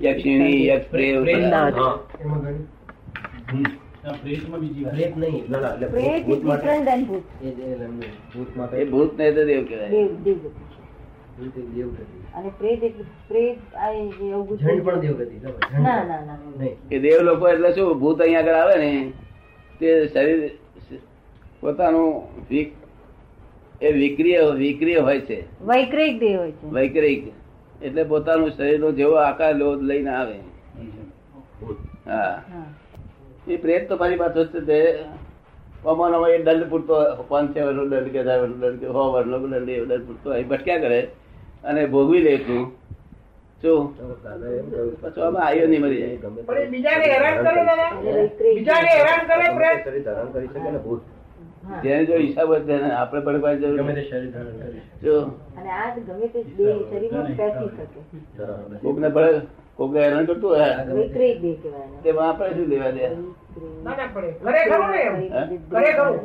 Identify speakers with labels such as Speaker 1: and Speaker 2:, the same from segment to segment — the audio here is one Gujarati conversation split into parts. Speaker 1: યક્ષિણી યક્ષ પ્રેત બધા.
Speaker 2: પ્રેત.
Speaker 1: હા.
Speaker 2: પ્રેત નહીં ના, ના, એટલે
Speaker 3: Great is
Speaker 2: ભૂત માટે
Speaker 3: different than ભૂત.
Speaker 2: એ જે એમને ભૂત માટે
Speaker 1: એ ભૂત ને તો દેવ કહેવાય
Speaker 3: દેવ- દેવગતિ.
Speaker 2: ભૂત એક દેવગતિ.
Speaker 3: અને પ્રેત એટલે- પ્રેત આ એ જે એવું
Speaker 2: જંડ
Speaker 3: બધું-
Speaker 2: પણ દેવગતિ ખબર? જંડ
Speaker 3: ના,
Speaker 2: પણ.
Speaker 3: ના, ના, ના.
Speaker 2: નહીં.
Speaker 1: કે દેવ લોકો એટલે શું ભૂત અહીંયા આગળ આવે ને તે શરીર પોતાનું વિક- એ વિક્રિય વિક્રિય હોય છે
Speaker 3: વૈક્રિક દેહ હોય છે.
Speaker 1: વૈકરિક એટલે પોતાનું શરીરનો જેવો આકાર લો લઈને આવે હા
Speaker 3: હા.
Speaker 1: એ પ્રેત તો ફરી પાછો છે તે અમારો એ દંડ પૂરતો પાંચ છ વર્ષનો દંડ કે હજાર વર્ષનો દંડ કે સો વર્ષનો દંડ એવો દંડ પૂરતો હોય ભટક્યા કરે અને ભોગવી લે છું શું
Speaker 2: તો દાદા એમ કહ્યું
Speaker 1: પછી અમે આયો નહીં મરી જાય.
Speaker 2: ગમે તે
Speaker 4: પણ એ બીજાને હેરાન કરે દાદા?
Speaker 3: એટલે વૈક્રિક
Speaker 4: બીજાને હેરાન કરે પ્રેત
Speaker 2: શરીર ધારણ કરી શકે ને ભૂત
Speaker 3: હા.
Speaker 1: જેને જો હિસાબ હોય તેને આપણે ભડકવાની જરૂર
Speaker 2: ગમે
Speaker 1: નથી.
Speaker 2: તે શરીર ધારણ કરી શકે.
Speaker 1: જો
Speaker 3: અને આ જ ગમે તે દેહ શરીરમાં પેસી શકે.
Speaker 2: ધારણ કરી.
Speaker 1: કોકને ભડે કોકને હેરાન કરતું હોય
Speaker 3: વૈક્રિક દેહ કહેવાય એને.
Speaker 1: તેમાં આપણે શું લેવા દે
Speaker 4: ના
Speaker 3: વૈક્રિક.
Speaker 4: ના પડે ઘરે ખરું ને એમ
Speaker 1: હે?
Speaker 4: ઘરે ખરું.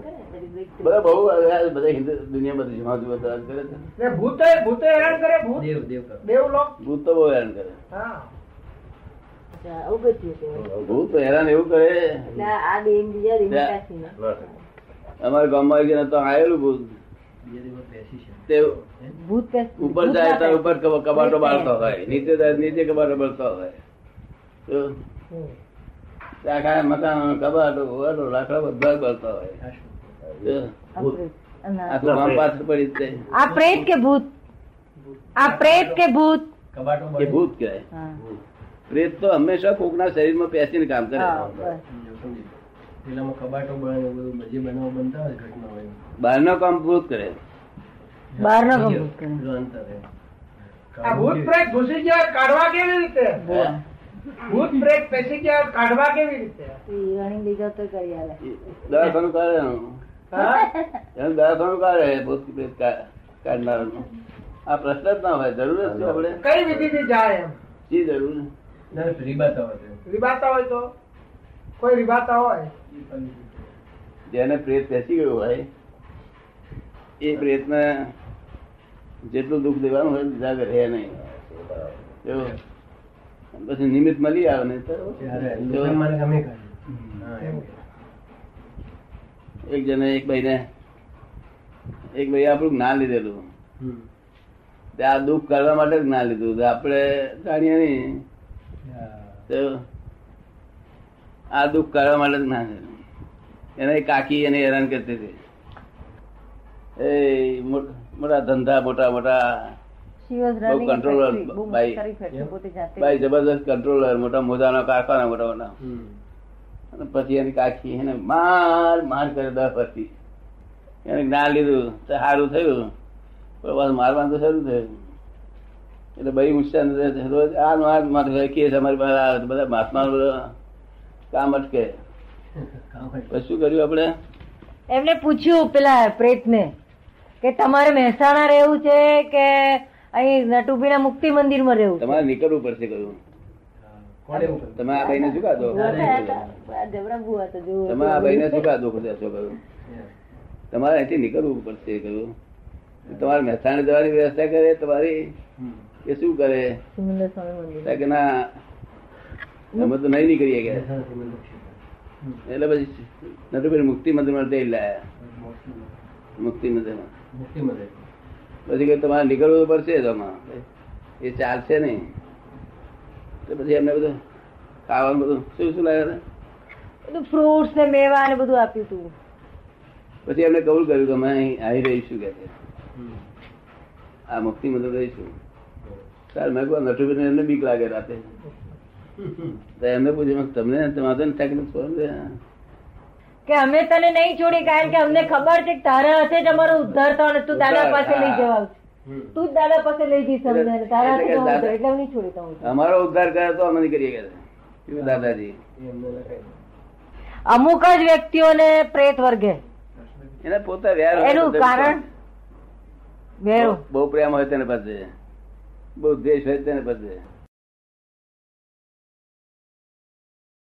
Speaker 1: બધા બહુ આ બધા હિન્દુ દુનિયા બધી જુમા જુમા હેરાન કરે છે
Speaker 4: ને ભૂતે ભૂતે હેરાન કરે ભૂત
Speaker 2: દેવ દેવ કરે.
Speaker 4: દેવલોક
Speaker 1: ભૂત તો બહુ હેરાન કરે
Speaker 4: હા
Speaker 3: અચ્છા, અવગત્ય કહેવાય.
Speaker 1: ભૂત તો હેરાન એવું કરે
Speaker 3: એટલે આ દેહ ને બીજા દેહની
Speaker 1: ના.
Speaker 3: કાશી ના.
Speaker 1: અમારા ગામમાં એક જણ હતો આયેલું ભૂત
Speaker 2: બીજા દિવસ બેસી શકે.
Speaker 1: તે
Speaker 3: ભૂત પેસી-
Speaker 1: ઉપર
Speaker 3: ભૂત
Speaker 1: જાય
Speaker 3: ના
Speaker 1: ત્યારે ઉપર
Speaker 3: પેસી.
Speaker 1: કબ- કબાટો બાળતો હોય નીચે જાય નીચે કબાટો બાળતો હોય તો
Speaker 4: હમ.
Speaker 1: તે આખા મકાન કબાટો ઓરડો, લાકડા બધા જ બાળતા હોય
Speaker 2: આ શું?
Speaker 1: તો
Speaker 3: અપ્રેત. ના.
Speaker 1: આખું ગામ પાછળ પડી જ જાય.
Speaker 3: આ પ્રેત કે ભૂત આ પ્રેત કે ભૂત
Speaker 2: કબાટો
Speaker 1: એ
Speaker 2: બાંધી.
Speaker 1: ભૂત કહેવાય
Speaker 3: હા.
Speaker 1: પ્રેત તો હંમેશા કોકના શરીરમાં પેસીને કામ કરે
Speaker 3: હા, બસ.
Speaker 2: સમજો, સમજી ગયો. પેલામાં કબાટો બાંધે, એવું બધું જે બનાવો બનતા હોય ઘટના હોય
Speaker 1: બહારનો કામ ભૂત કરે
Speaker 3: બહારનો ગમભૂત કરે.
Speaker 2: પેલું અંતર એમ.
Speaker 4: આ ભૂત પ્રેત ઘૂસી ગયા કાઢવા કેવી રીતે
Speaker 3: ભૂવા.
Speaker 4: ભૂત પ્રેત પેસી ગયા કાઢવા કેવી રીતે
Speaker 3: ઈ રણી લઈ જાઓ તો કરી આલે.
Speaker 1: દવાખાનું કરે એનું.
Speaker 4: હા?
Speaker 1: એનું દવાખાનું કરે ભૂત પ્રેત કા- કાઢનારાનું. આ પ્રશ્ન જ ના હોય જરૂર જ છે આપણે
Speaker 4: કઈ વિધિ થી જાય એમ
Speaker 1: શી જરૂર
Speaker 2: ના, રીબાતા હોય છે.
Speaker 4: રીબાતા હોય તો કોઈ રીબાતા હોય
Speaker 1: જેને પ્રેત બેસી ગયું હોય એ પ્રેતને જેટલું દુઃખ દેવાનું હોય જાગે રહે નહીં જો. પછી નિમિત્ત મળી આવે ને તો
Speaker 2: ત્યારે
Speaker 1: જો.
Speaker 2: દુકાન માલિક અમે કાઢ્યું. હા, એમ કે.
Speaker 1: એક જણે એક ભાઈને એક ભાઈ આપણું જ્ઞાન લીધેલું
Speaker 2: હમ.
Speaker 1: તે આ દુઃખ કરવા માટે જ ના લીધું તો આપણે જાણીએ નહીં
Speaker 2: હા.
Speaker 1: તો આ દુઃખ કરવા માટે જ ના લીધું એને એ કાકી એને હેરાન કરતી હતી એ મોટ- મોટા ધંધા મોટા મોટા
Speaker 3: She was running
Speaker 1: બહુ control
Speaker 3: factory.
Speaker 1: વાળી
Speaker 3: બહુ
Speaker 1: બાઈ.
Speaker 3: કરી factory પોતે જાતે.
Speaker 1: ભાઈ જબરદસ્ત કંટ્રોલર મોટા મોજાના કારખાના મોટા મોટા
Speaker 2: હમ.
Speaker 1: અને પછી એની કાકી એને માર માર કરે દર પછી એને જ્ઞાન લીધું તો સારું થયું પણ પાછું મારવાનું તો શરૂ થયું એટલે ભાઈ નુકસાન થયું. રોજ આ નો આ જ માથું ખાય. કેસ અમારી પાસે આવે તો બધા મહાત્માનું બધા કામ અટકે
Speaker 2: કામ હોય.
Speaker 1: પછી શું કર્યું આપણે
Speaker 3: એમને પૂછ્યું પેલા પ્રેતને કે તમારે મહેસાણા રહેવું છે કે અહીં નટુભીના મુક્તિ મંદિર માં રહેવું છે?
Speaker 1: તમારે નીકળવું પડશે કહ્યું
Speaker 2: હા. કોણે એવું કર્યું?
Speaker 1: તમે આ ભાઈને શું કાઢો
Speaker 3: ભૂવા થયા હતા. આ જબરા ભૂવા હતા, જુઓ.
Speaker 1: તમે આ ભાઈને શું કાઢો દેશો કહ્યું તમારે અહીંથી નીકળવું પડશે કહ્યું તમારે મહેસાણા જવાની વ્યવસ્થા કરે તમારી
Speaker 2: હમ.
Speaker 1: કે શું કરે
Speaker 3: સિમંદર સ્વામી મંદિર.
Speaker 1: કે ના અમે તો નહીં નીકળીએ કે
Speaker 2: મહેસાણાથી મંદિર છે.
Speaker 1: એટલે પછી નટુભાઈ મુક્તિ મંદિરમાં જઈ લાયા
Speaker 2: મોટી
Speaker 1: મુક્તિ મંદિરમાં
Speaker 2: મુક્તિ મળે
Speaker 1: પછી કહ્યું તમારે નીકળવું પડશે તમારે એ ચાલશે નહીં તો પછી એમને બધું ખાવાનું બધું શું શું લાવ્યા હતા?
Speaker 3: બધું ફ્રૂટ્સ ને મેવા ને બધું આપ્યું હતું
Speaker 1: પછી એમને કબૂલ કર્યું કે અમે અહીં આવી રહીશું કે છે.
Speaker 2: હમ.
Speaker 1: આ મુક્તિ મંદિર રહીશું સારું મેં કહ્યું નટુભાઈને એમને બીક લાગે રાતે તો એમને પૂછ્યું મેં કીધું, તમને તમારે તો નથી તકલીફ પડે
Speaker 3: કે અમે તને નહીં છોડી કારણ કે અમને ખબર છે કે તારા હશે જ અમારો ઉદ્ધાર થવાનો છે. તું દાદા પાસે લઈ જવા
Speaker 2: હમ.
Speaker 3: તું જ દાદા પાસે લઈ જઈશ અમને અને તારા હાથે જ
Speaker 1: એટલે કે
Speaker 3: હું ઉદ્ધાર.
Speaker 1: દાદા-
Speaker 3: એટલે હું નહીં છોડી દઉં છું.
Speaker 1: અમારો ઉદ્ધાર કરે તો અમે નીકળીએ કે છે. એવું દાદાજી
Speaker 2: એમને લખાય ને.
Speaker 3: અમુક જ વ્યક્તિઓને પ્રેત વર્ગે
Speaker 1: એના પોતા વ્યાર હોય
Speaker 3: એનું
Speaker 1: બધા
Speaker 3: કારણ? વેરો
Speaker 1: બહુ પ્રેમ હોય તેને પાસે બહુ દ્વેષ હોય તેને પાસે